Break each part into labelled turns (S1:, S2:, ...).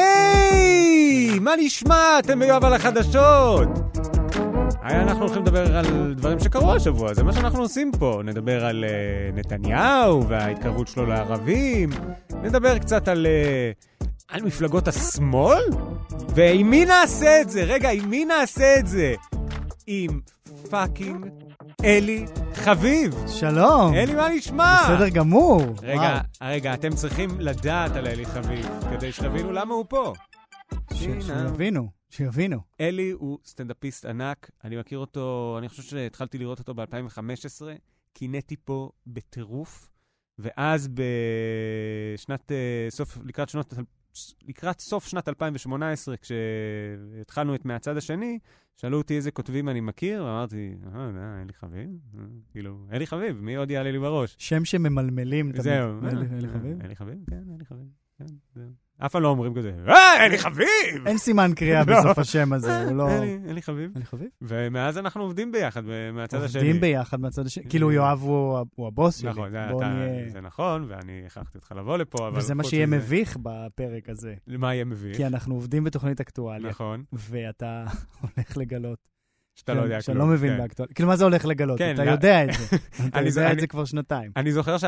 S1: היי! מה נשמע? אתם ביואב על החדשות! היה אנחנו הולכים לדבר על דברים שקרו השבוע, זה מה שאנחנו עושים פה. נדבר על אה, נתניהו וההתקרבות שלו לערבים, נדבר קצת על, אה, על מפלגות השמאל, ועם מי נעשה את זה? רגע, עם מי נעשה את זה? עם פאקינג אלי חביב.
S2: שלום.
S1: אלי, מה נשמע?
S2: בסדר גמור.
S1: רגע,
S2: וואו.
S1: רגע, אתם צריכים לדעת על אלי חביב, כדי שתבינו למה הוא פה.
S2: ש-
S1: הנה.
S2: שיבינו, שיבינו.
S1: אלי הוא סטנדאפיסט ענק, אני מכיר אותו, אני חושב שהתחלתי לראות אותו ב-2015, קינאתי פה בטירוף, ואז בשנת, אה, סוף, לקראת, שנות, לקראת סוף שנת 2018, כשהתחלנו את מהצד השני, שאלו אותי איזה כותבים אני מכיר, ואמרתי, אה, אה, אלי חביב? אה, כאילו, אלי חביב, מי עוד יעלה לי בראש?
S2: שם שממלמלים תמיד.
S1: זהו.
S2: אלי- אלי חביב?
S1: אלי חביב, כן, אלי חביב. כן, זהו. אף פעם לא אומרים כזה, אה, אלי חביב!
S2: אין סימן קריאה
S1: לא.
S2: בסוף השם הזה, הוא לא...
S1: אלי, אלי חביב.
S2: אלי חביב?
S1: ומאז אנחנו עובדים ביחד, ב- מהצד השני. אה.
S2: עובדים ביחד מהצד השני. כאילו, יואב הוא ה- הוא הבוס שלי.
S1: נכון, זה,
S2: בוא
S1: אתה,
S2: נהיה-
S1: זה נכון, ואני הכרחתי אותך לבוא לפה, אבל...
S2: וזה מה
S1: חוץ
S2: שיהיה כן,
S1: מזה-
S2: מביך בפרק הזה.
S1: מה יהיה מביך?
S2: כי אנחנו עובדים בתוכנית אקטואליה,
S1: נכון,
S2: ואתה הולך לגלות.
S1: שאתה לא
S2: כן,
S1: יודע
S2: שאתה
S1: כלום.
S2: לא מבין
S1: כן.
S2: באקטואליה. כאילו, מה זה הולך לגלות?
S1: כן,
S2: אתה
S1: לא-
S2: יודע את זה. אתה
S1: אני-
S2: יודע את
S1: אני-
S2: זה כבר שנתיים.
S1: אני זוכר, ש...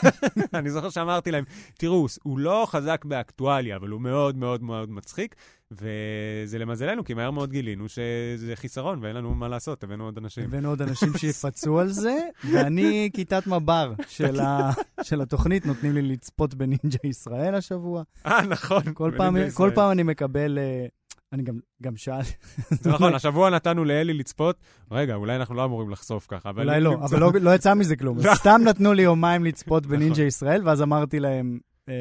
S1: אני זוכר שאמרתי להם, תראו, הוא לא חזק באקטואליה, אבל הוא מאוד מאוד מאוד מצחיק, וזה למזלנו, כי מהר מאוד גילינו שזה חיסרון ואין לנו מה לעשות, הבאנו עוד אנשים.
S2: הבאנו עוד אנשים שיפצו על זה, ואני כיתת מב"ר של, ה... של התוכנית, נותנים לי לצפות בנינג'ה ישראל השבוע.
S1: אה, נכון.
S2: כל,
S1: בנים
S2: פעם, כל
S1: בישראל.
S2: פעם אני מקבל... אה, אני גם, גם שאל,
S1: זה נכון, השבוע נתנו לאלי לצפות, רגע, אולי אנחנו לא אמורים לחשוף ככה, אבל...
S2: אולי
S1: אם
S2: לא,
S1: נמצא-
S2: אבל לא, לא יצא מזה כלום.
S1: לא.
S2: סתם נתנו לי יומיים לצפות
S1: נכון.
S2: בנינג'ה ישראל, ואז אמרתי להם, אה,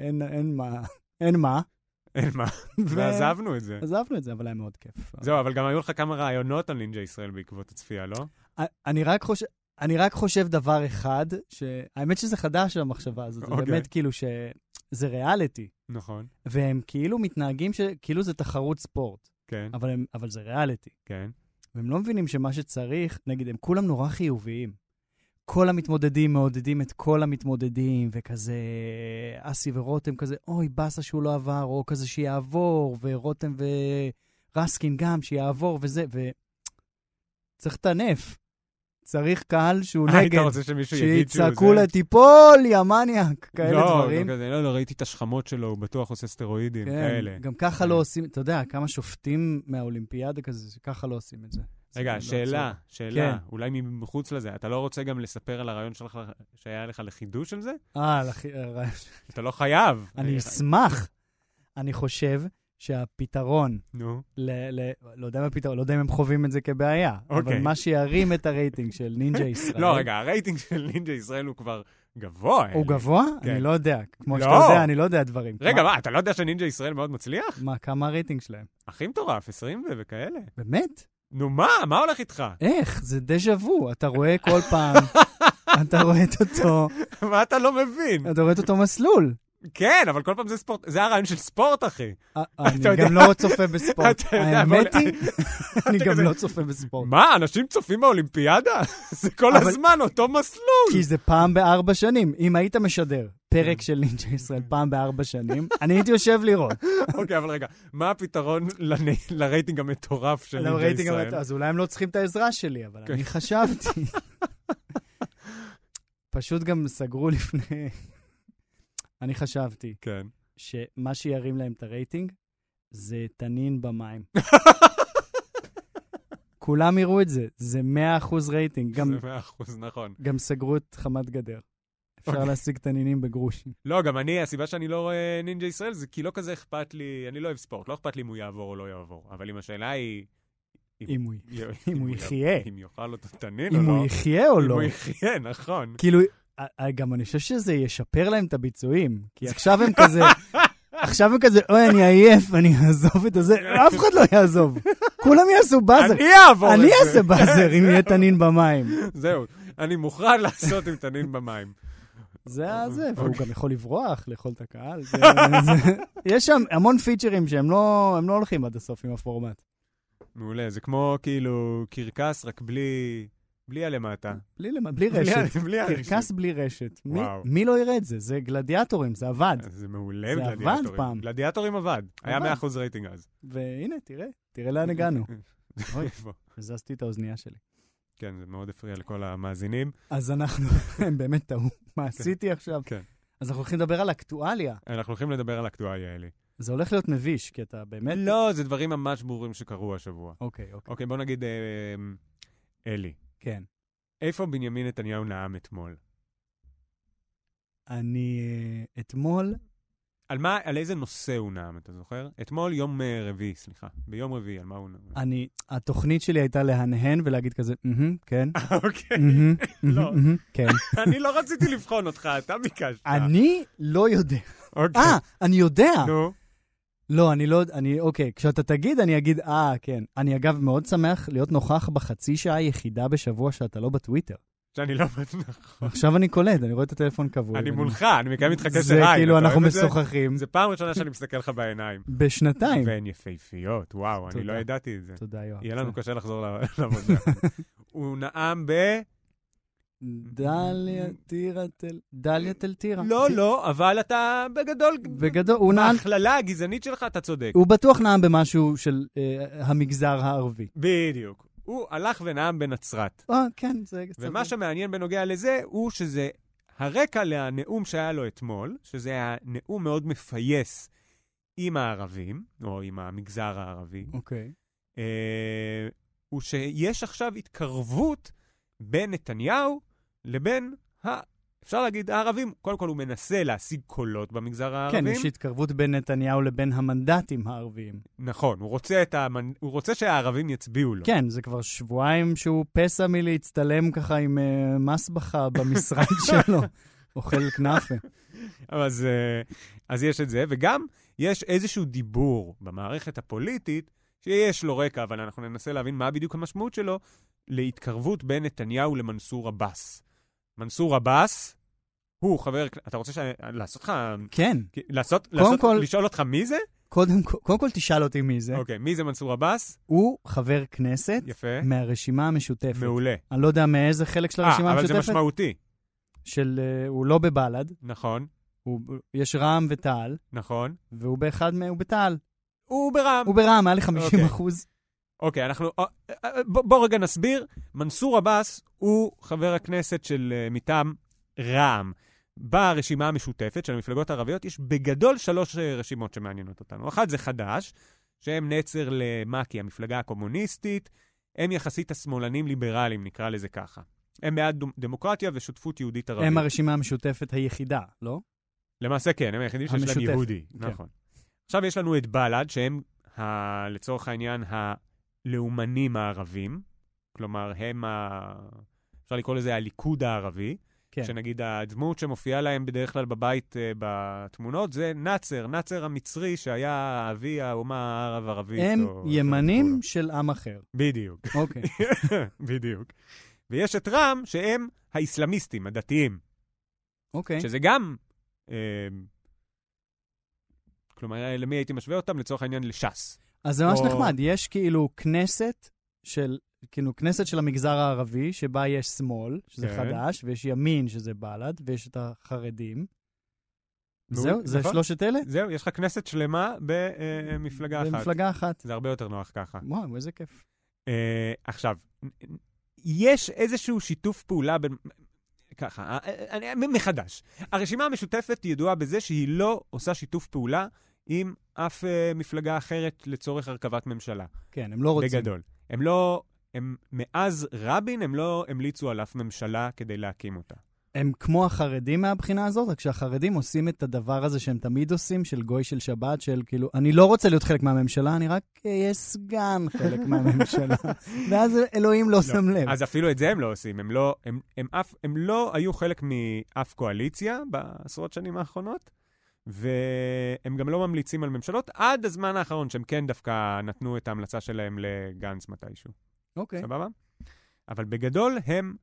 S2: אין, אין מה, אין מה,
S1: אין מה,
S2: ו-
S1: ועזבנו את זה.
S2: עזבנו את זה, אבל היה מאוד כיף.
S1: זהו, אבל גם היו לך כמה רעיונות על נינג'ה ישראל בעקבות הצפייה, לא?
S2: אה, אני רק חושב... אני רק חושב דבר אחד, שהאמת שזה חדש המחשבה הזאת, זה
S1: אוקיי.
S2: באמת כאילו שזה ריאליטי.
S1: נכון.
S2: והם כאילו מתנהגים ש... כאילו זה תחרות ספורט,
S1: כן,
S2: אבל, הם... אבל זה ריאליטי.
S1: כן.
S2: והם לא מבינים שמה שצריך, נגיד, הם כולם נורא חיוביים. כל המתמודדים מעודדים את כל המתמודדים, וכזה, אסי ורותם כזה, אוי, באסה שהוא לא עבר, או כזה שיעבור, ורותם ורסקין גם שיעבור, וזה, ו... צריך לטנף. צריך קהל שהוא
S1: אה, היית
S2: נגד,
S1: רוצה שמישהו יגיד שהוא זה?
S2: שיצעקו לה, "תיפול, יא מניאק, כאלה
S1: לא,
S2: דברים.
S1: לא, כזה, לא, לא, ראיתי את השכמות שלו, הוא בטוח עושה סטרואידים,
S2: כן,
S1: כאלה.
S2: גם ככה
S1: כן.
S2: לא עושים, אתה יודע, כמה שופטים מהאולימפיאדה כזה, שככה לא עושים את זה.
S1: רגע,
S2: זה לא כן.
S1: שאלה,
S2: עצוב.
S1: שאלה, אולי מחוץ לזה, אתה לא רוצה גם לספר על הרעיון שלך, שהיה לך לחידוש של זה?
S2: אה, לח- אה,
S1: אתה לא חייב.
S2: אני אשמח. אני חושב שהפתרון,
S1: נו,
S2: ל- ל- לא יודע מה הפתרון, לא יודע אם הם חווים את זה כבעיה, אבל
S1: אוקיי.
S2: מה שירים את הרייטינג של נינג'ה ישראל,
S1: לא, רגע, הרייטינג של נינג'ה ישראל הוא כבר גבוה. אלי.
S2: הוא גבוה?
S1: כן.
S2: אני לא יודע. כמו
S1: לא.
S2: שאתה יודע, אני לא יודע דברים.
S1: רגע, מה, אתה לא יודע שנינג'ה ישראל מאוד מצליח?
S2: מה, כמה הרייטינג שלהם?
S1: הכי מטורף, 20 ו- וכאלה.
S2: באמת?
S1: נו, מה? מה הולך איתך?
S2: איך? זה דז'ה וו. אתה רואה כל פעם, אתה רואה את אותו,
S1: מה אתה לא מבין?
S2: אתה רואה את אותו מסלול.
S1: כן, אבל כל פעם זה ספורט, זה הרעיון של ספורט, אחי.
S2: אה, אני
S1: אתה יודע-
S2: גם לא צופה בספורט.
S1: אתה יודע,
S2: האמת
S1: אבל-
S2: היא, אני
S1: אתה
S2: גם
S1: כזה-
S2: לא צופה בספורט.
S1: מה, אנשים צופים באולימפיאדה? זה כל
S2: אבל-
S1: הזמן אותו מסלול.
S2: כי זה פעם בארבע שנים. אם היית משדר פרק
S1: כן.
S2: של נינג'ה ישראל פעם בארבע שנים, אני הייתי יושב לראות.
S1: אוקיי, אבל רגע, מה הפתרון לנ- לרייטינג המטורף של
S2: לא,
S1: נינג'ה
S2: ראיתי גם
S1: ישראל?
S2: את- אז אולי הם לא צריכים את העזרה שלי, אבל
S1: כן.
S2: אני חשבתי. פשוט גם סגרו לפני... אני חשבתי
S1: כן.
S2: שמה שירים להם את הרייטינג זה תנין במים. כולם יראו את זה, זה 100% רייטינג. גם
S1: זה מאה אחוז, נכון.
S2: גם סגרו את חמת גדר. אפשר
S1: אוקיי.
S2: להשיג תנינים בגרושים.
S1: לא, גם אני, הסיבה שאני לא רואה נינג'ה ישראל זה כי לא כזה אכפת לי, אני לא אוהב ספורט, לא אכפת לי אם הוא יעבור או לא יעבור. אבל אם השאלה היא...
S2: אם הוא-
S1: אם
S2: הוא יחיה.
S1: אם יאכל אותו תנין או
S2: אם
S1: לא.
S2: הוא יחיה או
S1: אם
S2: לא.
S1: הוא יחיה, נכון.
S2: כאילו, אה, אה, גם אני חושב שזה ישפר להם את הביצועים. כי עכשיו הם כזה, עכשיו הם כזה, אוי, אני עייף, אני אעזוב את הזה. אף אחד לא יעזוב. כולם יעשו באזר.
S1: אני אעבור את זה.
S2: אני אעשה באזר אם יהיה תנין במים.
S1: זהו, אני מוכן לעשות עם תנין במים.
S2: זה ה- זה, והוא
S1: אוקיי.
S2: גם יכול לברוח, לאכול את הקהל. זה- זה- יש שם המון פיצ'רים שהם לא הם לא הולכים עד הסוף עם הפורמט.
S1: מעולה, זה כמו כאילו קרקס, רק בלי בלי הלמטה.
S2: בלי למ- בלי
S1: בלי
S2: רשת.
S1: ה- בלי הרשת.
S2: אה, קרקס בלי רשת. מי-
S1: אה, וואו.
S2: מי לא יראה את זה? זה גלדיאטורים, זה עבד.
S1: אה, זה מעולה
S2: זה
S1: בגלדיאטורים.
S2: עבד פעם.
S1: גלדיאטורים עבד. היה
S2: עבד.
S1: 100% רייטינג אז.
S2: והנה, תראה, תראה לאן הגענו. אוי,
S1: איפה?
S2: הזזתי את האוזנייה שלי.
S1: כן, זה מאוד הפריע לכל המאזינים.
S2: אז אנחנו, הם באמת טעו. מה עשיתי עכשיו?
S1: כן.
S2: אז אנחנו הולכים לדבר על אקטואליה.
S1: אנחנו הולכים לדבר על אקטואליה, אלי.
S2: זה הולך להיות מביש, כי אתה באמת...
S1: לא, זה דברים ממש ברורים שקרו השבוע.
S2: אוקיי, אוקיי.
S1: אוקיי, בוא נגיד, אה, אלי,
S2: כן.
S1: איפה בנימין נתניהו נאם אתמול?
S2: אני אה, אתמול,
S1: על מה, על איזה נושא הוא נאם, אתה זוכר? אתמול יום אה, רביעי, סליחה. ביום רביעי, על מה הוא נאם?
S2: אני, התוכנית שלי הייתה להנהן ולהגיד כזה, "מהמם, כן,
S1: אוקיי,
S2: מהמם,
S1: לא.
S2: מהמם, מהמם, כן.
S1: אני לא רציתי לבחון אותך, אתה ביקשת.
S2: אני לא יודע.
S1: אוקיי.
S2: אה, אני יודע.
S1: אה. נו,
S2: לא, אני לא, אני, אוקיי, כשאתה תגיד, אני אגיד, אה, כן. אני אגב מאוד שמח להיות נוכח בחצי שעה היחידה בשבוע שאתה לא בטוויטר.
S1: שאני לא נכון.
S2: עכשיו אני קולט, אני רואה את הטלפון כבוי.
S1: אני
S2: ואני-
S1: מולך, אני מקיים איתך קשר עין.
S2: זה כאילו,
S1: אתה
S2: אנחנו
S1: אוהב את זה?
S2: משוחחים
S1: זה פעם ראשונה שאני מסתכל לך בעיניים.
S2: בשנתיים.
S1: והן יפהפיות, וואו, אני
S2: תודה.
S1: לא ידעתי את זה.
S2: תודה, כן. יואב.
S1: יהיה לנו קשה לחזור ל- לעבודה. הוא נאם ב...
S2: דליה טירה תל... דליה תל טירה.
S1: לא, לא, אבל אתה בגדול...
S2: בגדול, הוא נען...
S1: בהכללה הגזענית שלך אתה צודק.
S2: הוא בטוח נאם במשהו של אה, המגזר הערבי.
S1: בדיוק. הוא הלך ונאם בנצרת.
S2: אה, כן, זה...
S1: ומה שמעניין בנוגע לזה, הוא שזה הרקע לנאום שהיה לו אתמול, שזה היה נאום מאוד מפייס עם הערבים, או עם המגזר הערבי,
S2: אוקיי.
S1: אה, הוא שיש עכשיו התקרבות בין נתניהו לבין, ה... אפשר להגיד, הערבים. קודם כל הוא מנסה להשיג קולות במגזר הערבים.
S2: כן, יש התקרבות בין נתניהו לבין המנדטים הערביים. נכון.
S1: נכון, הוא רוצה, את המנ... הוא רוצה שהערבים יצביעו לו.
S2: כן, זה כבר שבועיים שהוא פסע מלהצטלם ככה עם אה, מסבכה במשרד שלו. אוכל כנאפה.
S1: אז, אה, אז יש את זה, וגם יש איזשהו דיבור במערכת הפוליטית, שיש לו רקע, אבל אנחנו ננסה להבין מה בדיוק המשמעות שלו, להתקרבות בין נתניהו למנסור עבאס. מנסור עבאס הוא חבר... כ- אתה רוצה ש... לעשות לך...
S2: כן,
S1: לעשות...
S2: קודם
S1: לעשות
S2: כל- כן.
S1: לשאול אותך מי זה?
S2: קודם כל- קודם כל תשאל אותי מי זה.
S1: אוקיי, מי זה מנסור עבאס?
S2: הוא חבר כנסת
S1: יפה.
S2: מהרשימה המשותפת.
S1: מעולה.
S2: אני לא יודע מאיזה חלק של הרשימה
S1: אה, אבל זה
S2: המשותפת.
S1: משמעותי.
S2: של... אה, הוא לא בבל"ד,
S1: נכון,
S2: הוא- יש רע"מ ותע"ל,
S1: נכון.
S2: והוא באחד מהם, הוא בתע"ל.
S1: הוא ברע"מ.
S2: הוא ברע"מ, היה לי 50
S1: אוקיי.
S2: אחוז.
S1: אוקיי, אנחנו... אה, אה, בוא, בוא רגע נסביר. מנסור עבאס הוא חבר הכנסת של אה, מטעם רע"מ. ברשימה המשותפת של המפלגות הערביות יש בגדול שלוש אה, רשימות שמעניינות אותנו. אחת זה חד"ש, שהם נצר למק"י, המפלגה הקומוניסטית. הם יחסית השמאלנים ליברליים, נקרא לזה ככה. הם בעד דו- דמוקרטיה ושותפות יהודית ערבית.
S2: הם הרשימה המשותפת היחידה, לא?
S1: למעשה כן, הם היחידים שיש להם
S2: המשותפת,
S1: יהודי.
S2: כן.
S1: נכון. עכשיו יש לנו את בל"ד, שהם ה, לצורך העניין הלאומנים הערבים, כלומר, הם ה... אפשר לקרוא לזה הליכוד הערבי,
S2: כן.
S1: שנגיד הדמות שמופיעה להם בדרך כלל בבית אה, בתמונות זה נאצר, נאצר המצרי שהיה אבי האומה הערב-ערבית.
S2: הם
S1: או איך
S2: ימנים
S1: שקראו
S2: של עם אחר.
S1: לו. בדיוק,
S2: אוקיי.
S1: בדיוק. ויש את רע"מ, שהם האסלאמיסטים, הדתיים.
S2: אוקיי.
S1: שזה גם, אה, כלומר, למי הייתי משווה אותם? לצורך העניין לש"ס.
S2: אז זה ממש
S1: או-
S2: נחמד, יש כאילו כנסת של... כאילו, כנסת של המגזר הערבי, שבה יש שמאל, שזה
S1: כן.
S2: חד"ש, ויש ימין, שזה בל"ד, ויש את החרדים.
S1: נו,
S2: זהו, זה
S1: נכון.
S2: שלושת אלה?
S1: זהו, יש לך כנסת שלמה במפלגה אחת.
S2: במפלגה אחת.
S1: זה הרבה יותר נוח ככה.
S2: וואו, איזה כיף.
S1: אה, עכשיו, יש איזשהו שיתוף פעולה בין... ככה, אה, אה, אני- מחדש. הרשימה המשותפת ידועה בזה שהיא לא עושה שיתוף פעולה עם אף אה, מפלגה אחרת לצורך הרכבת ממשלה.
S2: כן, הם לא רוצים.
S1: בגדול. הם לא... הם, מאז רבין הם לא המליצו על אף ממשלה כדי להקים אותה.
S2: הם כמו החרדים מהבחינה הזאת, רק שהחרדים עושים את הדבר הזה שהם תמיד עושים, של גוי של שבת, של כאילו, אני לא רוצה להיות חלק מהממשלה, אני רק אהיה סגן חלק מהממשלה. ואז אלוהים לא שם לב.
S1: אז אפילו את זה הם לא עושים. הם לא, הם, הם, אף, הם לא היו חלק מאף קואליציה בעשרות שנים האחרונות, והם גם לא ממליצים על ממשלות עד הזמן האחרון, שהם כן דווקא נתנו את ההמלצה שלהם לגנץ מתישהו.
S2: אוקיי.
S1: סבבה? אבל בגדול הם,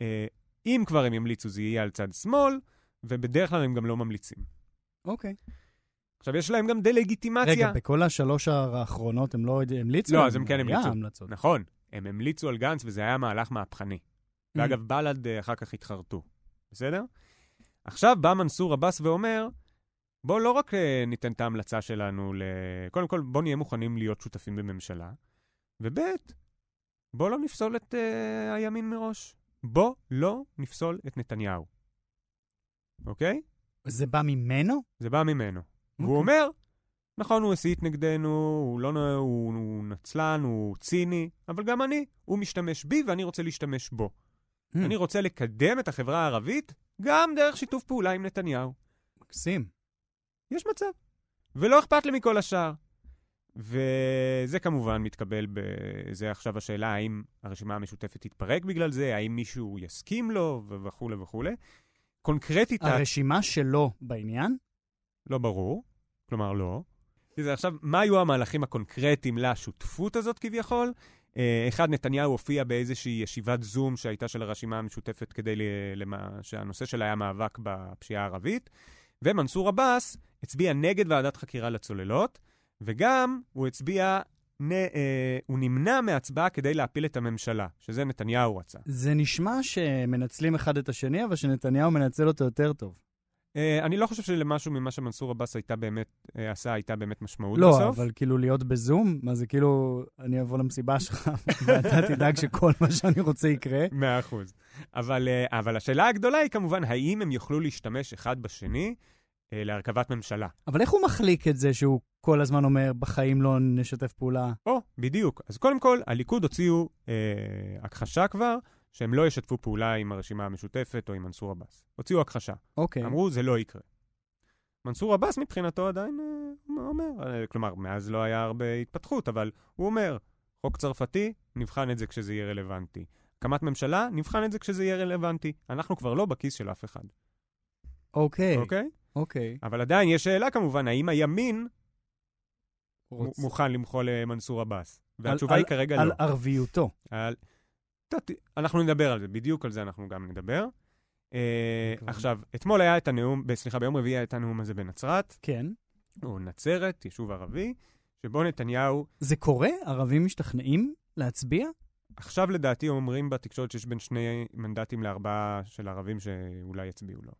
S1: אה, אם כבר הם ימליצו, זה יהיה על צד שמאל, ובדרך כלל הם גם לא ממליצים.
S2: אוקיי.
S1: עכשיו, יש להם גם דה-לגיטימציה.
S2: רגע, בכל השלוש האחרונות הם לא המליצו?
S1: לא, אז הם כן המליצו.
S2: היה המלצות.
S1: נכון, הם המליצו על גנץ, וזה היה מהלך מהפכני. ואגב, בל"ד אה, אחר כך התחרטו, בסדר? עכשיו בא מנסור עבאס ואומר, בואו לא רק אה, ניתן את ההמלצה שלנו ל... קודם כל, בואו נהיה מוכנים להיות שותפים בממשלה, וב' בואו לא נפסול את אה, הימין מראש. בואו לא נפסול את נתניהו, אוקיי?
S2: זה בא ממנו?
S1: זה בא ממנו. והוא
S2: אוקיי.
S1: אומר, נכון, הוא הסית נגדנו, הוא, לא, נ- הוא, הוא נצלן, הוא ציני, אבל גם אני, הוא משתמש בי ואני רוצה להשתמש בו.
S2: Hmm,
S1: אני רוצה לקדם את החברה הערבית גם דרך שיתוף פעולה עם נתניהו.
S2: מקסים.
S1: יש מצב. ולא אכפת לי מכל השאר. וזה כמובן מתקבל, ב... זה עכשיו השאלה האם הרשימה המשותפת תתפרק בגלל זה, האם מישהו יסכים לו ו- וכולי וכולי. קונקרטית, הרי...
S2: הרשימה שלו בעניין?
S1: לא ברור, כלומר לא. זה עכשיו, מה היו המהלכים הקונקרטיים לשותפות הזאת כביכול? אה, אחד, נתניהו הופיע באיזושהי ישיבת זום שהייתה של הרשימה המשותפת כדי ל... למה... שהנושא שלה היה מאבק בפשיעה הערבית, ומנסור עבאס הצביע נגד ועדת חקירה לצוללות, וגם הוא הצביע, נ... אה, הוא נמנע מהצבעה כדי להפיל את הממשלה, שזה נתניהו רצה.
S2: זה נשמע שמנצלים אחד את השני, אבל שנתניהו מנצל אותו יותר טוב.
S1: אה, אני לא חושב שלמשהו ממה שמנסור עבאס הייתה באמת, אה, עשה, הייתה באמת משמעות
S2: לא,
S1: בסוף.
S2: אבל כאילו להיות בזום, מה זה כאילו, אני אבוא למסיבה שלך, ואתה תדאג שכל מה שאני רוצה יקרה.
S1: מאה אחוז. אבל, אה, אבל השאלה הגדולה היא כמובן, האם הם יוכלו להשתמש אחד בשני אה, להרכבת ממשלה?
S2: אבל איך הוא מחליק את זה שהוא כל הזמן אומר, בחיים לא נשתף פעולה?
S1: או, בדיוק. אז קודם כל, הליכוד הוציאו אה, הכחשה כבר, שהם לא ישתפו פעולה עם הרשימה המשותפת או עם מנסור עבאס. הוציאו הכחשה.
S2: אוקיי.
S1: אמרו, זה לא יקרה. מנסור עבאס מבחינתו עדיין אה, אומר, אה, כלומר, מאז לא היה הרבה התפתחות, אבל הוא אומר, חוק צרפתי, נבחן את זה כשזה יהיה רלוונטי. הקמת ממשלה, נבחן את זה כשזה יהיה רלוונטי. אנחנו כבר לא בכיס של אף אחד,
S2: אוקיי,
S1: אוקיי?
S2: אוקיי.
S1: אבל עדיין יש שאלה כמובן, האם הימין
S2: רוצ-
S1: מ- מוכן למחול למנסור עבאס? והתשובה
S2: על-
S1: היא כרגע
S2: על
S1: לא.
S2: ערביותו.
S1: על... ת- ת- אנחנו נדבר על זה, בדיוק על זה אנחנו גם נדבר. אה,
S2: מקווה.
S1: עכשיו, אתמול היה את הנאום, ב- סליחה, ביום רביעי היה את הנאום הזה בנצרת,
S2: כן.
S1: או נצרת, יישוב ערבי, שבו נתניהו,
S2: זה קורה? ערבים משתכנעים להצביע?
S1: עכשיו לדעתי אומרים בתקשורת שיש בין שני מנדטים לארבעה של ערבים שאולי יצביעו לו.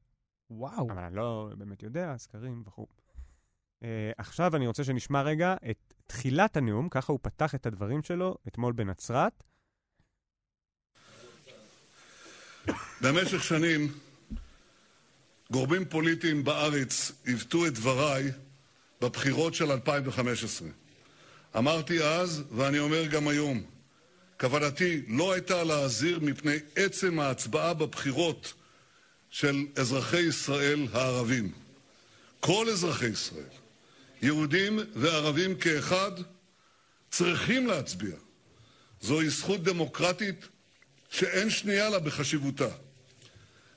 S2: וואו.
S1: אבל אני לא באמת יודע, סקרים וכו'. Uh, עכשיו אני רוצה שנשמע רגע את תחילת הנאום, ככה הוא פתח את הדברים שלו אתמול בנצרת.
S3: במשך שנים גורמים פוליטיים בארץ עיוותו את דבריי בבחירות של 2015. אמרתי אז, ואני אומר גם היום, כוונתי לא הייתה להזהיר מפני עצם ההצבעה בבחירות של אזרחי ישראל הערבים. כל אזרחי ישראל, יהודים וערבים כאחד, צריכים להצביע. זוהי זכות דמוקרטית שאין שנייה לה בחשיבותה.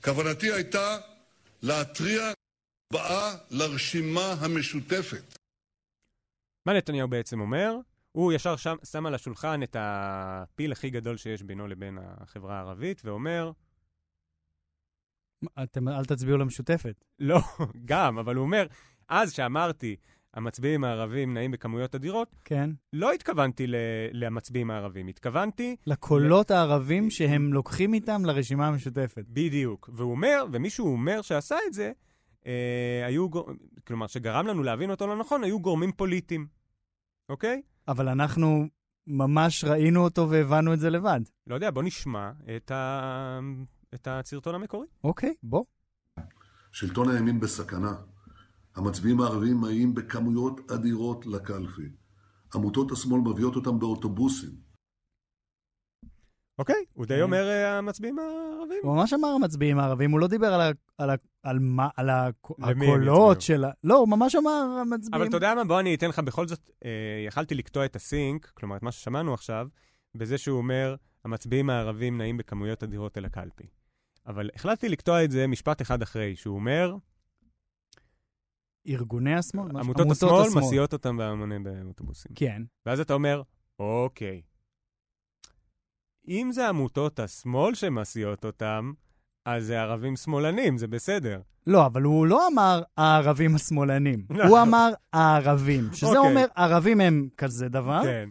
S3: כוונתי הייתה להתריע באה לרשימה המשותפת.
S1: מה נתניהו בעצם אומר? הוא ישר שם, שם על השולחן את הפיל הכי גדול שיש בינו לבין החברה הערבית, ואומר,
S2: אתם אל תצביעו למשותפת.
S1: לא, גם, אבל הוא אומר, אז שאמרתי, המצביעים הערבים נעים בכמויות אדירות,
S2: כן.
S1: לא התכוונתי ל- למצביעים הערבים, התכוונתי
S2: לקולות הערבים שהם לוקחים איתם לרשימה המשותפת.
S1: בדיוק. והוא אומר, ומישהו אומר שעשה את זה, אה, היו, גור... כלומר, שגרם לנו להבין אותו לא נכון, היו גורמים פוליטיים, אוקיי?
S2: אבל אנחנו ממש ראינו אותו והבנו את זה לבד.
S1: לא יודע, בוא נשמע את, ה... את הסרטון המקורי.
S2: אוקיי, בוא.
S3: שלטון הימין בסכנה. המצביעים הערבים מגיעים בכמויות אדירות לקלפי. עמותות השמאל מביאות אותם באוטובוסים.
S1: אוקיי, הוא די
S2: כן.
S1: אומר אה, המצביעים הערבים.
S2: הוא ממש אמר המצביעים הערבים, הוא לא דיבר על, ה, על, ה, על, מה, על ה,
S1: למי הם
S2: הקולות
S1: יצביעו.
S2: של ה... לא, הוא ממש אמר המצביעים.
S1: אבל אתה יודע מה, בוא אני אתן לך בכל זאת, אה, יכלתי לקטוע את הסינק, כלומר, את מה ששמענו עכשיו, בזה שהוא אומר, המצביעים הערבים נעים בכמויות אדירות אל הקלפי. אבל החלטתי לקטוע את זה משפט אחד אחרי, שהוא אומר,
S2: ארגוני השמאל? משהו-
S1: עמותות השמאל מסיעות אותם בהמוני באוטובוסים.
S2: כן.
S1: ואז אתה אומר, אוקיי. אם זה עמותות השמאל שמסיעות אותם, אז זה ערבים שמאלנים, זה בסדר.
S2: לא, אבל הוא לא אמר הערבים השמאלנים.
S1: לא.
S2: הוא אמר הערבים, שזה
S1: אוקיי.
S2: אומר ערבים הם כזה דבר,
S1: כן.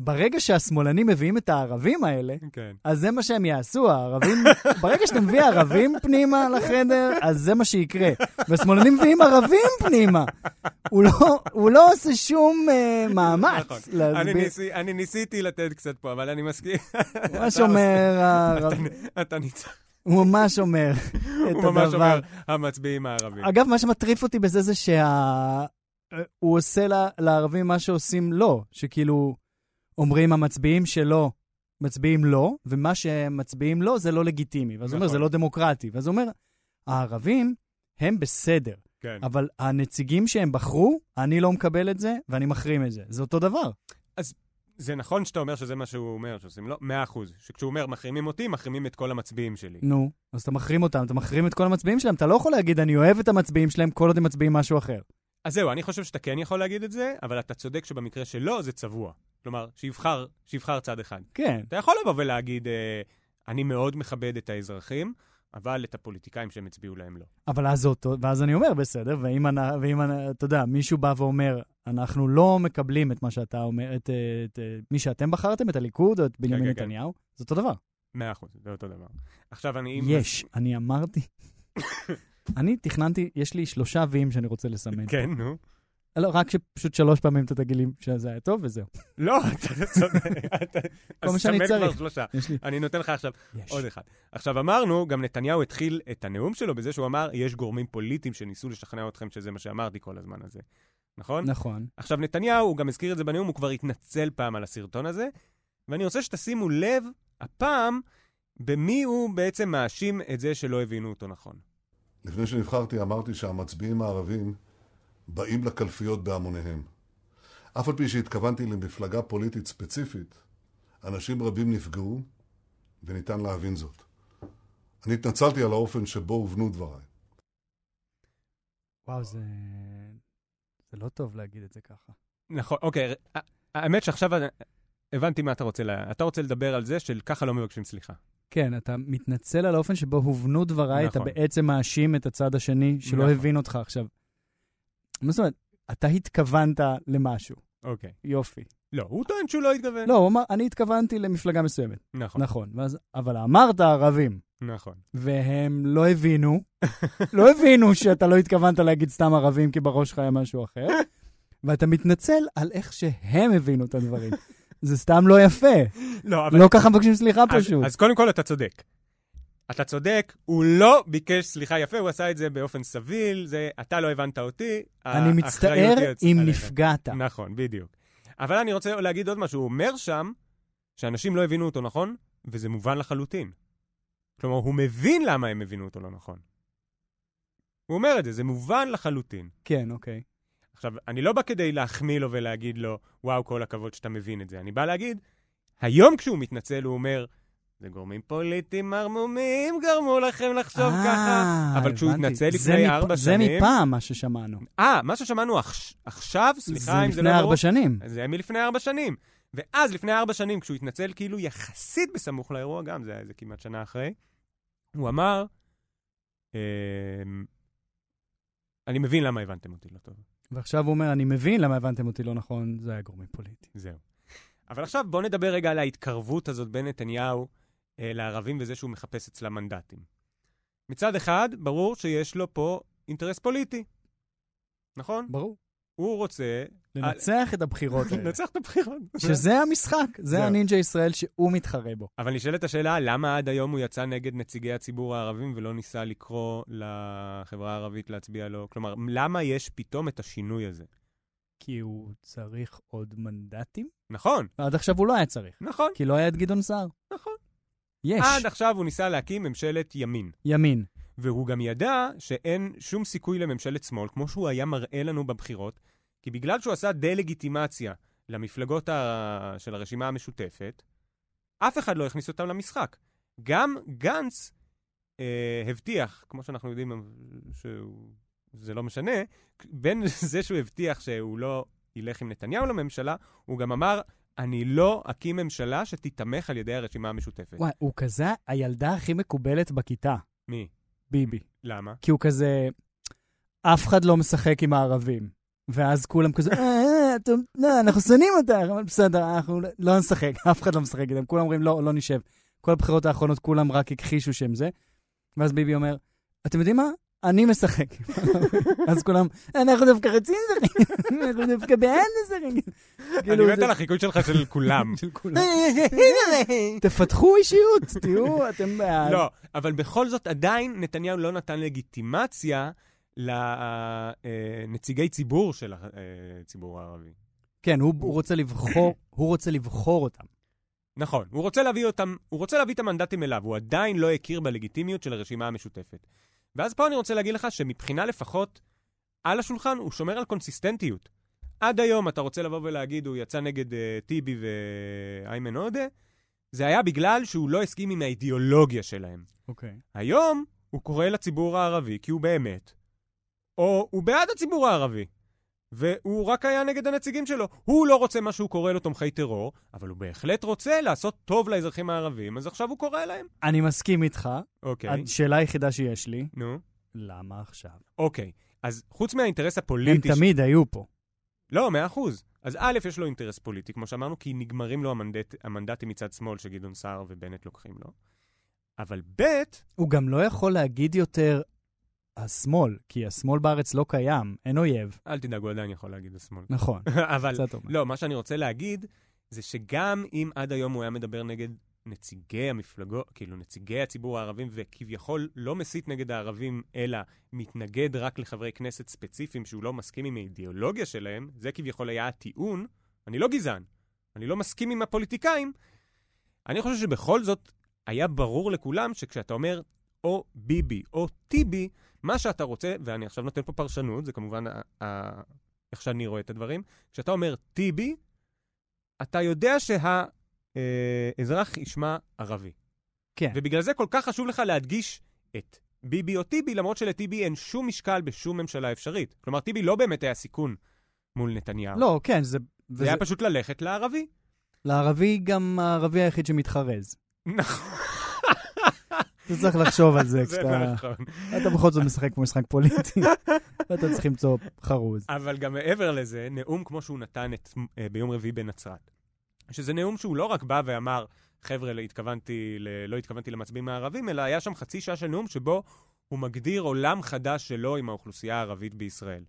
S2: ברגע שהשמאלנים מביאים את הערבים האלה,
S1: כן.
S2: אז זה מה שהם יעשו, הערבים... ברגע שאתה מביא ערבים פנימה לחדר, אז זה מה שיקרה. והשמאלנים מביאים ערבים פנימה. הוא לא, הוא לא עושה שום uh, מאמץ
S1: נכון. אני
S2: להסביר. אוקיי.
S1: ניסי- אני ניסיתי לתת קצת פה, אבל אני מסכים.
S2: מה שאומר הערב...
S1: אתה- אתה ניצח.
S2: הוא ממש אומר את
S1: הוא ממש
S2: הדבר.
S1: אומר, המצביעים הערבים.
S2: אגב, מה שמטריף אותי בזה זה שה... הוא עושה לה- לערבים מה שעושים לו, שכאילו אומרים המצביעים שלו מצביעים לו, ומה שמצביעים לו זה לא לגיטימי. ואז הוא אומר,
S1: נכון.
S2: זה לא דמוקרטי. ואז הוא אומר, הערבים הם בסדר,
S1: כן.
S2: אבל הנציגים שהם בחרו, אני לא מקבל את זה ואני מחרים את זה. זה אותו דבר.
S1: זה נכון שאתה אומר שזה מה שהוא אומר שעושים, לא? מאה אחוז. שכשהוא אומר, מחרימים אותי, מחרימים את כל המצביעים שלי.
S2: נו, אז אתה מחרים אותם, אתה מחרים את כל המצביעים שלהם, אתה לא יכול להגיד, אני אוהב את המצביעים שלהם כל עוד הם מצביעים משהו אחר.
S1: אז זהו, אני חושב שאתה כן יכול להגיד את זה, אבל אתה צודק שבמקרה שלו זה צבוע. כלומר, שיבחר, שיבחר צד אחד.
S2: כן.
S1: אתה יכול לבוא ולהגיד, אה, אני מאוד מכבד את האזרחים, אבל את הפוליטיקאים שהם הצביעו להם לא.
S2: אבל אז זה אותו, ואז אני אומר, בסדר, ואם, אנ- ואם אנ- אתה יודע, מישהו בא ואומר, אנחנו לא מקבלים את מה שאתה אומר, את, אה, את, את מי שאתם בחרתם, את הליכוד או את
S1: כן,
S2: בנימין
S1: כן.
S2: נתניהו, זה אותו דבר.
S1: מאה אחוז, זה אותו דבר. עכשיו אני...
S2: יש, אני אמרתי. אני תכננתי, יש לי שלושה ויים שאני רוצה לסמן.
S1: כן, נו.
S2: לא, רק שפשוט שלוש פעמים אתה תגיד לי שזה היה טוב וזהו.
S1: לא, אתה צודק. אתה-
S2: כל מה
S1: אז
S2: שאני
S1: סמן כבר
S2: צריך.
S1: שלושה.
S2: יש לי,
S1: אני נותן לך עכשיו
S2: יש.
S1: עוד אחד. עכשיו אמרנו, גם נתניהו התחיל את הנאום שלו בזה שהוא אמר, יש גורמים פוליטיים שניסו לשכנע אתכם שזה מה שאמרתי כל הזמן הזה. נכון?
S2: נכון.
S1: עכשיו, נתניהו, הוא גם הזכיר את זה בנאום, הוא כבר התנצל פעם על הסרטון הזה, ואני רוצה שתשימו לב, הפעם, במי הוא בעצם מאשים את זה שלא הבינו אותו נכון.
S3: לפני שנבחרתי אמרתי שהמצביעים הערבים באים לקלפיות בהמוניהם. אף על פי שהתכוונתי למפלגה פוליטית ספציפית, אנשים רבים נפגעו, וניתן להבין זאת. אני התנצלתי על האופן שבו הובנו דבריי.
S2: וואו, זה... זה לא טוב להגיד את זה ככה.
S1: נכון, אוקיי, ה- האמת שעכשיו אני- הבנתי מה אתה רוצה, לה... אתה רוצה לדבר על זה של ככה לא מבקשים סליחה.
S2: כן, אתה מתנצל על האופן שבו הובנו דבריי, נכון.
S1: נכון.
S2: אתה בעצם מאשים את הצד השני שלא
S1: נכון.
S2: נכון. הבין אותך עכשיו. מה זאת אומרת? אתה התכוונת למשהו,
S1: אוקיי.
S2: יופי.
S1: לא, הוא טוען שהוא לא התגוון.
S2: לא, הוא אמר, אני התכוונתי למפלגה מסוימת.
S1: נכון,
S2: נכון. ואז, אבל אמרת ערבים,
S1: נכון.
S2: והם לא הבינו, לא הבינו שאתה לא התכוונת להגיד סתם ערבים, כי בראש שלך היה משהו אחר, ואתה מתנצל על איך שהם הבינו את הדברים. זה סתם לא יפה.
S1: לא, אבל...
S2: לא ככה מבקשים סליחה
S1: אז,
S2: פשוט.
S1: אז קודם כל אתה צודק. אתה צודק, הוא לא ביקש סליחה יפה, הוא עשה את זה באופן סביל, זה אתה לא הבנת אותי,
S2: אני
S1: האחריות
S2: מצטער
S1: היא
S2: אם
S1: עליך.
S2: נפגעת.
S1: נכון, בדיוק. אבל אני רוצה להגיד עוד משהו, הוא אומר שם שאנשים לא הבינו אותו נכון, וזה מובן לחלוטין. כלומר, הוא מבין למה הם הבינו אותו לא נכון. הוא אומר את זה, זה מובן לחלוטין.
S2: כן, אוקיי.
S1: עכשיו, אני לא בא כדי להחמיא לו ולהגיד לו, וואו, כל הכבוד שאתה מבין את זה. אני בא להגיד, היום כשהוא מתנצל, הוא אומר, זה גורמים פוליטיים ערמומיים גרמו לכם לחשוב ככה. אבל כשהוא
S2: אה, הבנתי.
S1: התנצל
S2: זה
S1: לפני
S2: מפ-
S1: ארבע
S2: זה
S1: שנים...
S2: מפעם מה ששמענו.
S1: אה, מה ששמענו עכש- עכשיו, סליחה אם זה לא
S2: לפני
S1: ברור.
S2: ארבע שנים.
S1: זה מלפני ארבע שנים. ואז, לפני ארבע שנים, כשהוא התנצל כאילו יחסית בסמוך לאירוע, גם זה היה איזה כמעט שנה אחרי, הוא אמר, אמ, אני מבין למה הבנתם אותי לא טוב.
S2: ועכשיו הוא אומר, אני מבין למה הבנתם אותי לא נכון, זה היה גורמים פוליטיים.
S1: זהו. אבל עכשיו בואו נדבר רגע על ההתקרבות הזאת בין נתניהו אה, לערבים וזה שהוא מחפש אצלם מנדטים. מצד אחד, ברור שיש לו פה אינטרס פוליטי, נכון?
S2: ברור.
S1: הוא רוצה
S2: לנצח את הבחירות האלה.
S1: אה, לנצח את הבחירות.
S2: כן. שזה המשחק,
S1: זהו.
S2: זה הנינג'ה ישראל שהוא מתחרה בו.
S1: אבל נשאלת השאלה, למה עד היום הוא יצא נגד נציגי הציבור הערבים ולא ניסה לקרוא לחברה הערבית להצביע לו? כלומר, למה יש פתאום את השינוי הזה?
S2: כי הוא צריך עוד מנדטים?
S1: נכון,
S2: ועד עכשיו הוא לא היה צריך,
S1: נכון,
S2: כי לא היה את גדעון סער.
S1: נכון.
S2: יש,
S1: עד עכשיו הוא ניסה להקים ממשלת ימין.
S2: ימין.
S1: והוא גם ידע שאין שום סיכוי לממשלת שמאל, כמו שהוא היה מראה לנו בבחירות, כי בגלל שהוא עשה דה-לגיטימציה למפלגות ה... של הרשימה המשותפת, אף אחד לא הכניס אותם למשחק. גם גנץ אה, הבטיח, כמו שאנחנו יודעים שהוא- זה לא משנה, בין זה שהוא הבטיח שהוא לא ילך עם נתניהו לממשלה, הוא גם אמר, אני לא אקים ממשלה שתיתמך על ידי הרשימה המשותפת.
S2: וואי, הוא כזה הילדה הכי מקובלת בכיתה,
S1: מי?
S2: ביבי.
S1: למה?
S2: כי הוא כזה, אף אחד לא משחק עם הערבים. ואז כולם כזה, "אה, אה, אתה- לא, אנחנו שונאים אותך, אבל בסדר, אנחנו לא- לא נשחק, אף אחד לא משחק איתם, כולם אומרים, לא, לא נשב. כל הבחירות האחרונות כולם רק הכחישו שהם זה. ואז ביבי אומר, אתם יודעים מה? אני משחק. אז כולם, "אה, אנחנו דווקא רצים לשחק, אנחנו דווקא בעד לשחק.
S1: אני
S2: כאילו,
S1: מת
S2: זה- אה,
S1: על החיקוי שלך של כולם.
S2: של כולם. אה. תפתחו אישיות, תהיו, אתם...
S1: לא, אבל בכל זאת עדיין נתניהו לא נתן לגיטימציה לנציגי ציבור של הציבור הערבי.
S2: כן, הוא הוא רוצה לבחור, הוא רוצה לבחור אותם.
S1: נכון, הוא רוצה להביא אותם, הוא רוצה להביא את המנדטים אליו, הוא עדיין לא הכיר בלגיטימיות של הרשימה המשותפת. ואז פה אני רוצה להגיד לך שמבחינה לפחות, על השולחן הוא שומר על קונסיסטנטיות. עד היום אתה רוצה לבוא ולהגיד, הוא יצא נגד uh, טיבי ואיימן עודה, זה היה בגלל שהוא לא הסכים עם האידיאולוגיה שלהם.
S2: אוקיי.
S1: היום הוא קורא לציבור הערבי כי הוא באמת, או הוא בעד הציבור הערבי, והוא רק היה נגד הנציגים שלו. הוא לא רוצה מה שהוא קורא לו תומכי טרור, אבל הוא בהחלט רוצה לעשות טוב לאזרחים הערבים, אז עכשיו הוא קורא להם.
S2: אני מסכים איתך.
S1: אוקיי,
S2: השאלה היחידה שיש לי,
S1: נו,
S2: למה עכשיו?
S1: אוקיי. אז חוץ מהאינטרס
S2: הם
S1: הפוליטי... ש-
S2: תמיד היו פה.
S1: לא, מאה אחוז. אז א', יש לו אינטרס פוליטי, כמו שאמרנו, כי נגמרים לו המנדט, המנדטים מצד שמאל שגדעון סער ובנט לוקחים לו. אבל ב',
S2: הוא גם לא יכול להגיד יותר השמאל, כי השמאל בארץ לא קיים, אין אויב.
S1: אל תדאג, הוא עדיין יכול להגיד השמאל.
S2: נכון,
S1: אבל
S2: קצת אומר.
S1: לא, מה שאני רוצה להגיד, זה שגם אם עד היום הוא היה מדבר נגד נציגי המפלגות, כאילו נציגי הציבור הערבים, וכביכול לא מסית נגד הערבים, אלא מתנגד רק לחברי כנסת ספציפיים שהוא לא מסכים עם האידיאולוגיה שלהם, זה כביכול היה הטיעון, אני לא גזען, אני לא מסכים עם הפוליטיקאים. אני חושב שבכל זאת, היה ברור לכולם שכשאתה אומר או ביבי או טיבי, מה שאתה רוצה, ואני עכשיו נותן פה פרשנות, זה כמובן ה- ה- איך שאני רואה את הדברים, כשאתה אומר טיבי, אתה יודע שהאזרח ישמע ערבי.
S2: כן.
S1: ובגלל זה כל כך חשוב לך להדגיש את ביבי או טיבי, למרות שלטיבי אין שום משקל בשום ממשלה אפשרית. כלומר, טיבי לא באמת היה סיכון מול נתניהו.
S2: לא, כן,
S1: זה
S2: זה... וזה-
S1: היה פשוט ללכת לערבי.
S2: לערבי גם הערבי היחיד שמתחרז.
S1: נכון.
S2: אתה צריך לחשוב על זה
S1: זה
S2: כשאתה...
S1: נכון.
S2: אתה בכל זאת משחק כמו משחק פוליטי, ואתה צריך למצוא חרוז.
S1: אבל גם מעבר לזה, נאום כמו שהוא נתן את, אה, ביום רביעי בנצרת. שזה נאום שהוא לא רק בא ואמר, חבר'ה, לא התכוונתי, ל- לא התכוונתי למצביעים הערבים, אלא היה שם חצי שעה של נאום שבו הוא מגדיר עולם חדש שלו עם האוכלוסייה הערבית בישראל.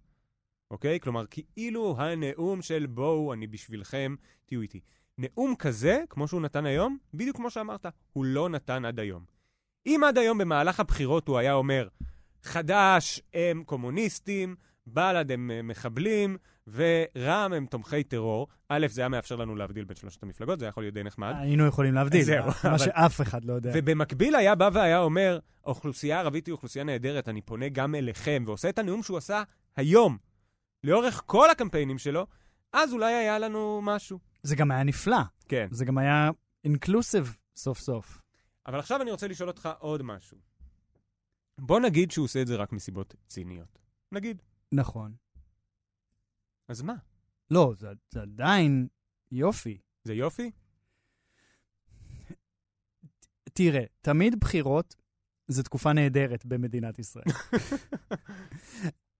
S1: אוקיי? כלומר, כאילו הנאום של בואו, אני בשבילכם, תהיו איתי. נאום כזה, כמו שהוא נתן היום, בדיוק כמו שאמרת, הוא לא נתן עד היום. אם עד היום במהלך הבחירות הוא היה אומר, חד"ש הם קומוניסטים, בל"ד הם אה, מחבלים, ורע"מ הם תומכי טרור. א', זה היה מאפשר לנו להבדיל בין שלושת המפלגות, זה היה יכול להיות די נחמד.
S2: היינו יכולים להבדיל,
S1: אה? זהו, אבל-
S2: מה שאף אחד לא
S1: כן.
S2: יודע.
S1: ובמקביל היה בא והיה אומר, האוכלוסייה הערבית היא אוכלוסייה נהדרת, אני פונה גם אליכם, ועושה את הנאום שהוא עשה היום, לאורך כל הקמפיינים שלו, אז אולי היה לנו משהו.
S2: זה גם היה נפלא,
S1: כן.
S2: זה גם היה אינקלוסיב סוף סוף.
S1: אבל עכשיו אני רוצה לשאול אותך עוד משהו. בוא נגיד שהוא עושה את זה רק מסיבות ציניות. נגיד.
S2: נכון.
S1: אז מה?
S2: לא, זה זה עדיין יופי.
S1: זה יופי?
S2: תראה, תמיד בחירות זו תקופה נהדרת במדינת ישראל.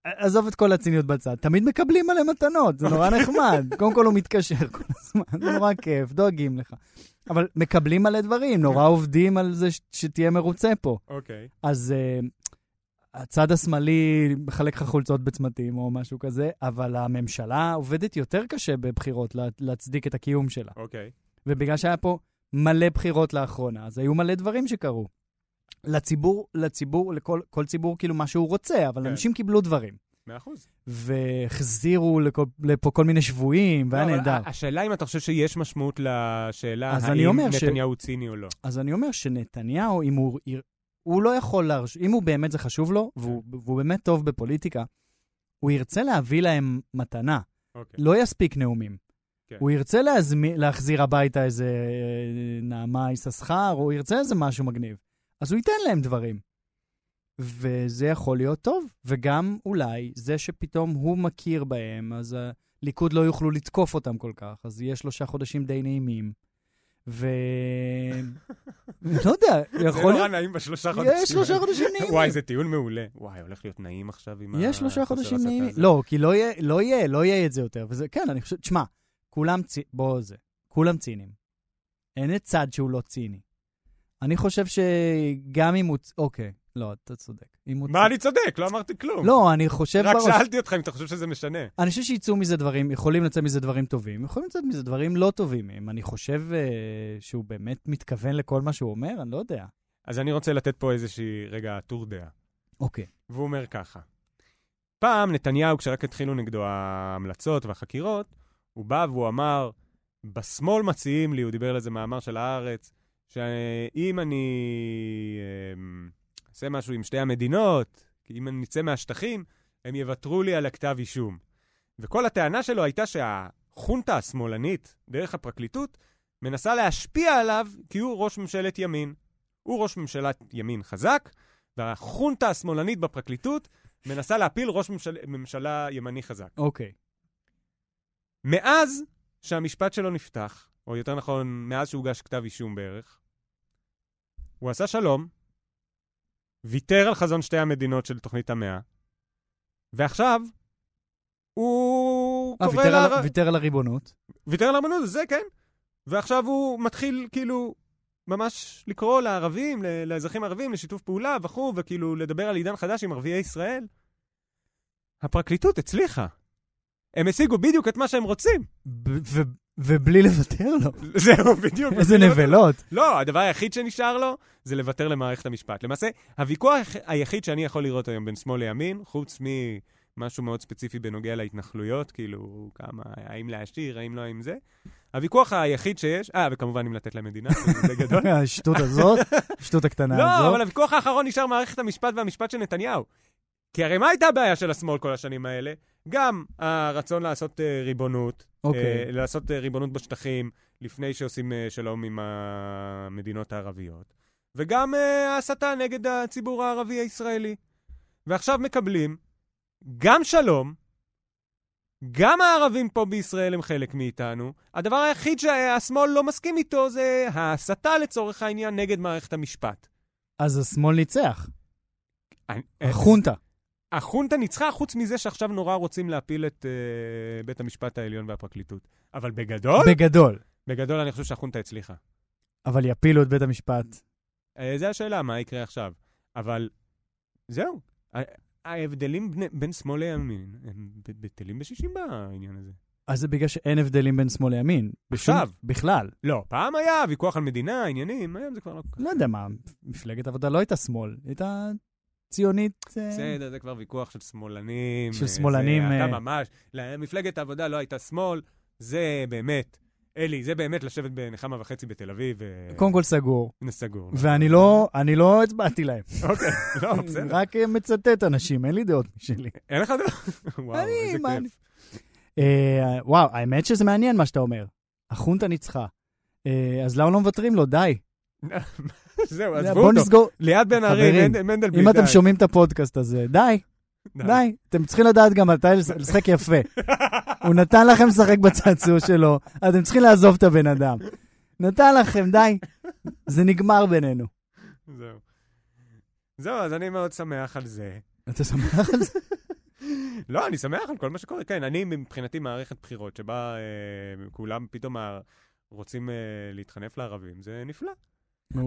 S2: עזוב את כל הציניות בצד, תמיד מקבלים עליהם מתנות, זה נורא נחמד. קודם כל הוא מתקשר כל הזמן, זה נורא כיף, דואגים לך. אבל מקבלים מלא דברים, נורא עובדים על זה ש- שתהיה מרוצה פה.
S1: אוקיי.
S2: אז uh, הצד השמאלי מחלק לך חולצות בצמתים או משהו כזה, אבל הממשלה עובדת יותר קשה בבחירות לה, להצדיק את הקיום שלה.
S1: אוקיי.
S2: ובגלל שהיה פה מלא בחירות לאחרונה, אז היו מלא דברים שקרו. לציבור, לציבור, לכל כל ציבור כאילו מה שהוא רוצה, אבל
S1: כן.
S2: אנשים קיבלו דברים.
S1: מאה אחוז.
S2: והחזירו לכל, לפה כל מיני שבויים, והיה
S1: לא, אבל
S2: נהדר.
S1: ה- השאלה אם אתה חושב שיש משמעות לשאלה
S2: אז אני
S1: האם
S2: אומר ש-
S1: נתניהו ציני או לא.
S2: אז אני אומר שנתניהו, אם הוא... הוא לא יכול להרשות, אם הוא באמת זה חשוב לו, והוא,
S1: כן.
S2: והוא באמת טוב בפוליטיקה, הוא ירצה להביא להם מתנה,
S1: אוקיי.
S2: לא יספיק נאומים.
S1: כן.
S2: הוא ירצה להזמי, להחזיר הביתה איזה אה, נעמה יששכר, או הוא ירצה איזה משהו מגניב. אז הוא ייתן להם דברים. וזה יכול להיות טוב, וגם אולי זה שפתאום הוא מכיר בהם, אז הליכוד לא יוכלו לתקוף אותם כל כך, אז יהיה שלושה חודשים די נעימים. ו... לא יודע,
S1: זה
S2: יכול
S1: נורא
S2: להיות...
S1: נעים בשלושה חודשים.
S2: יש שלושה
S1: האלה.
S2: חודשים נעימים.
S1: וואי, זה טיעון מעולה. וואי, הולך להיות נעים עכשיו עם
S2: יש שלושה
S1: החוסר
S2: חודשים
S1: הסטה
S2: נעימים.
S1: הזה.
S2: לא, כי לא יהיה, לא יהיה, לא יהיה את זה יותר. וזה, כן, אני חושב, תשמע, כולם צי... בוא, זה, כולם ציניים. אין את צד שהוא לא ציני. אני חושב שגם אם הוא... צ- אוקיי, לא, אתה צודק. אם הוא...
S1: מה, אני צודק, לא אמרתי כלום.
S2: לא, אני חושב
S1: רק
S2: בראש.
S1: שאלתי אותך אם אתה חושב שזה משנה.
S2: אני חושב שיצאו מזה דברים, יכולים לצאת מזה דברים טובים, יכולים לצאת מזה דברים לא טובים. אם אני חושב uh, שהוא באמת מתכוון לכל מה שהוא אומר, אני לא יודע.
S1: אז אני רוצה לתת פה איזושהי, רגע, טור דעה.
S2: אוקיי.
S1: והוא אומר ככה: פעם נתניהו, כשרק התחילו נגדו ההמלצות והחקירות, הוא בא והוא אמר, בשמאל מציעים לי, הוא דיבר על איזה מאמר של הארץ, שאם אני אמ, אעשה משהו עם שתי המדינות, אם אני נצא מהשטחים, הם יוותרו לי על הכתב אישום. וכל הטענה שלו הייתה שהחונטה השמאלנית, דרך הפרקליטות, מנסה להשפיע עליו כי הוא ראש ממשלת ימין. הוא ראש ממשלת ימין חזק, והחונטה השמאלנית בפרקליטות מנסה להפיל ראש ממשל... ממשלה ימני חזק.
S2: אוקיי.
S1: מאז שהמשפט שלו נפתח, או יותר נכון, מאז שהוגש כתב אישום בערך, הוא עשה שלום, ויתר על חזון שתי המדינות של תוכנית המאה, ועכשיו הוא
S2: אה,
S1: קורא
S2: ויתר על-
S1: לה...
S2: ויתר על הריבונות.
S1: ויתר על הרבנות, זה כן. ועכשיו הוא מתחיל כאילו ממש לקרוא לערבים, ל- לאזרחים הערבים, לשיתוף פעולה וכו', וכאילו לדבר על עידן חדש עם ערביי ישראל. הפרקליטות הצליחה. הם השיגו בדיוק את מה שהם רוצים.
S2: ב- ו- ובלי לוותר לו.
S1: זהו, בדיוק.
S2: איזה נבלות.
S1: לא, הדבר היחיד שנשאר לו זה לוותר למערכת המשפט. למעשה, הוויכוח היחיד שאני יכול לראות היום בין שמאל לימין, חוץ ממשהו מאוד ספציפי בנוגע להתנחלויות, כאילו, כמה, האם להשאיר, האם לא, האם זה, הוויכוח היחיד שיש, אה, וכמובן אם לתת להם מדינה, זה גדול.
S2: השטות הזאת, השטות הקטנה
S1: לא, אבל
S2: הזאת.
S1: הוויכוח האחרון נשאר מערכת המשפט והמשפט של נתניהו. כי הרי מה הייתה הבעיה של השמאל כל השנים האלה? גם הרצון לעשות אה, ריבונות,
S2: אוקיי.
S1: אה, לעשות אה, ריבונות בשטחים לפני שעושים אה, שלום עם המדינות הערביות, וגם אה, ההסתה נגד הציבור הערבי הישראלי. ועכשיו מקבלים גם שלום, גם הערבים פה בישראל הם חלק מאיתנו. הדבר היחיד שהשמאל לא מסכים איתו זה ההסתה לצורך העניין נגד מערכת המשפט.
S2: אז השמאל ניצח,
S1: אני- אה,
S2: החונטה.
S1: החונטה ניצחה, חוץ מזה שעכשיו נורא רוצים להפיל את אה, בית המשפט העליון והפרקליטות. אבל בגדול,
S2: בגדול.
S1: בגדול אני חושב שהחונטה הצליחה.
S2: אבל יפילו את בית המשפט.
S1: אה, זו השאלה, מה יקרה עכשיו. אבל זהו. ה- ההבדלים בין, בין שמאל לימין הם ב- בטלים בשישים בעניין הזה.
S2: אז זה בגלל שאין הבדלים בין שמאל לימין. בשום-
S1: עכשיו.
S2: בכלל.
S1: לא, פעם היה ויכוח על מדינה, עניינים, היום זה כבר לא כל כך.
S2: לא יודע מה, מפלגת עבודה לא הייתה שמאל, היא הייתה ציונית. אה,
S1: בסדר, זה כבר ויכוח של שמאלנים.
S2: של
S1: אה,
S2: שמאלנים,
S1: זה,
S2: אה.
S1: אתה ממש, מפלגת העבודה לא הייתה שמאל, זה באמת, אלי, זה באמת לשבת בנחמה וחצי בתל אביב. אה,
S2: קודם כל סגור,
S1: נסגור.
S2: ואני לא, אני לא הצבעתי להם,
S1: אוקיי, לא, בסדר.
S2: רק אה, מצטט אנשים, אין לי דעות משלי.
S1: אין לך דבר. וואו,
S2: אני,
S1: איזה
S2: מה אני-
S1: כיף.
S2: אה, וואו, האמת שזה מעניין מה שאתה אומר. החונטה ניצחה. אה, אז למה לא מוותרים לו? די.
S1: זהו, עזבו
S2: בואו
S1: אותו.
S2: נסגור,
S1: ליעד בן ארי,
S2: חברים,
S1: מנד- מנדלבליט.
S2: אם אתם
S1: די.
S2: שומעים את הפודקאסט הזה, די, די. אתם צריכים לדעת גם מתי לש- לשחק יפה. הוא נתן לכם לשחק בצעצוע שלו, אתם צריכים לעזוב את הבן אדם. נתן לכם, די. זה נגמר בינינו.
S1: זהו. זהו, אז אני מאוד שמח על זה.
S2: אתה שמח על זה?
S1: לא, אני שמח על כל מה שקורה. כן, אני מבחינתי מערכת בחירות שבה אה, כולם פתאום ה- רוצים אה, להתחנף לערבים, זה נפלא.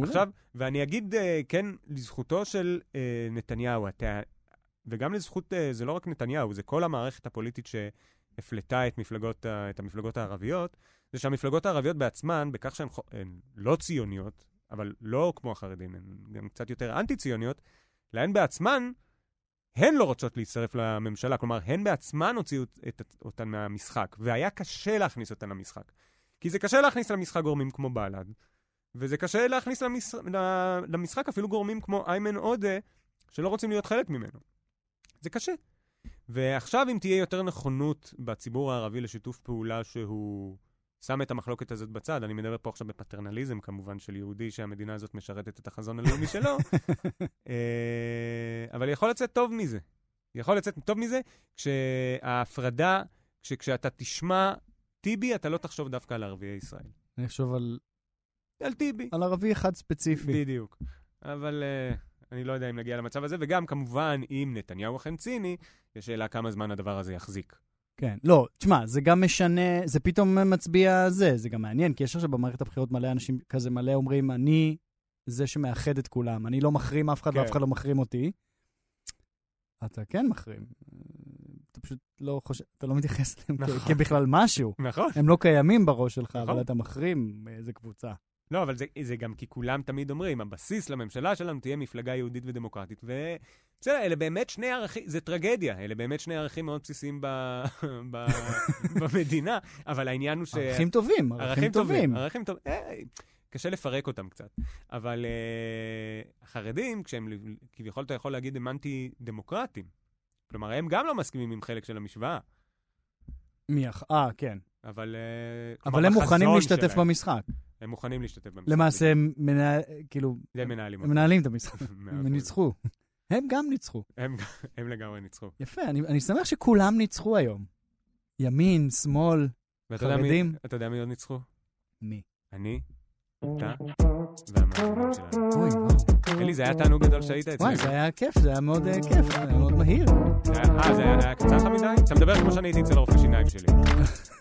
S1: עכשיו, ואני אגיד, אה, כן, לזכותו של אה, נתניהו, אתה, וגם לזכות, אה, זה לא רק נתניהו, זה כל המערכת הפוליטית שהפלתה את, מפלגות, ה- את המפלגות הערביות, זה שהמפלגות הערביות בעצמן, בכך שהן חו- הן לא ציוניות, אבל לא כמו החרדים, הן גם קצת יותר אנטי-ציוניות, להן בעצמן, הן לא רוצות להצטרף לממשלה, כלומר, הן בעצמן הוציאו את, את, אותן מהמשחק, והיה קשה להכניס אותן למשחק. כי זה קשה להכניס למשחק גורמים כמו בל"ד, וזה קשה להכניס למש... ל- למשחק אפילו גורמים כמו איימן עודה, שלא רוצים להיות חלק ממנו. זה קשה. ועכשיו, אם תהיה יותר נכונות בציבור הערבי לשיתוף פעולה שהוא שם את המחלוקת הזאת בצד, אני מדבר פה עכשיו בפטרנליזם כמובן של יהודי שהמדינה הזאת משרתת את החזון הלאומי שלו, אה, אבל יכול לצאת טוב מזה. יכול לצאת טוב מזה כשההפרדה, כש- כשאתה תשמע טיבי, אתה לא תחשוב דווקא על ערביי ישראל.
S2: אני אחשוב על
S1: על טיבי.
S2: על ערבי אחד ספציפי.
S1: בדיוק. אבל אה, אני לא יודע אם נגיע למצב הזה, וגם כמובן, אם נתניהו אכן ציני, יש שאלה כמה זמן הדבר הזה יחזיק.
S2: כן. לא, תשמע, זה גם משנה, זה פתאום מצביע זה, זה גם מעניין, כי יש עכשיו במערכת הבחירות מלא אנשים כזה מלא אומרים, אני זה שמאחד את כולם, אני לא מחרים אף אחד
S1: כן.
S2: ואף אחד לא מחרים אותי. אתה כן מחרים. אתה פשוט לא חושב, אתה לא מתייחס אליהם כ-
S1: נכון.
S2: כבכלל משהו.
S1: נכון.
S2: הם לא קיימים בראש שלך,
S1: נכון.
S2: אבל אתה מחרים איזה קבוצה.
S1: לא, אבל זה, זה גם כי כולם תמיד אומרים, הבסיס לממשלה שלנו תהיה מפלגה יהודית ודמוקרטית, ו... בסדר, אלה באמת שני ערכים, זה טרגדיה, אלה באמת שני ערכים מאוד בסיסיים ב... ב... במדינה, אבל העניין הוא ש...
S2: ערכים טובים, ערכים טובים.
S1: ערכים טובים. אה, קשה לפרק אותם קצת. אבל אה, החרדים, כשהם ל- כביכול אתה יכול להגיד הם אנטי-דמוקרטים. כלומר, הם גם לא מסכימים עם חלק של המשוואה,
S2: מי אח... אה, כן.
S1: אבל... אה, כלומר,
S2: אבל הם מוכנים
S1: בחזון
S2: להשתתף
S1: שלהם.
S2: במשחק.
S1: הם מוכנים להשתתף במשחק.
S2: למעשה, הם מנה- כאילו,
S1: זה הם מנהלים
S2: הם
S1: אותו.
S2: מנהלים את המשחק.
S1: מאה
S2: הם
S1: אחוז.
S2: ניצחו. הם גם ניצחו.
S1: הם- הם לגמרי ניצחו.
S2: יפה, אני, אני שמח שכולם ניצחו היום. ימין, שמאל,
S1: ואתה יודע מי-
S2: חרדים?
S1: אתה יודע מי עוד ניצחו?
S2: מי.
S1: אני, אתה והמאזינים שלנו.
S2: אוי, וואו.
S1: אלי, זה היה תענוג גדול שהיית
S2: וואי,
S1: אצלנו.
S2: זה היה כיף, זה היה מאוד אה, כיף, זה היה מאוד מהיר.
S1: זה היה- אה, זה היה היה קצר לך מדי? אתה מדבר כמו שאני הייתי אצל הרופא שיניים שלי.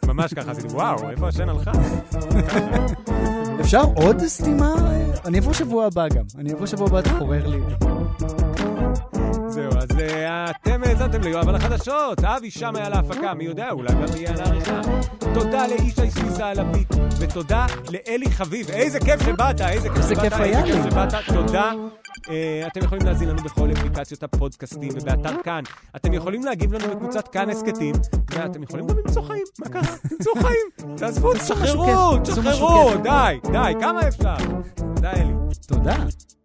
S1: ממש ככה עשיתי, וואו, איפה השן הלכה?
S2: אפשר עוד סתימה? אני אבוא שבוע הבא גם. אני אבוא שבוע הבא, תחורר לי.
S1: זהו, אז אה, אתם האזנתם ליואב על החדשות, אבי שם היה להפקה, מי יודע, אולי גם יהיה על העריכה. תודה לאישי סויסה על הביט, ותודה לאלי חביב. איזה כיף שבאת, איזה כיף
S2: איזה
S1: שבאת,
S2: כיף היה לי.
S1: שבאת, תודה. אה, אתם יכולים להזין לנו בכל אפליקציות הפודקאסטים ובאתר כאן. אתם יכולים להגיב לנו בקבוצת כאן הסכתים, ואתם יכולים גם למצוא חיים, מה קרה? למצוא חיים, תעזבו,
S2: משהו
S1: תשחררו,
S2: כיף, תמצאו משהו
S1: תשחררו,
S2: כיף.
S1: די, די, כמה אפשר? תודה, אלי.
S2: תודה.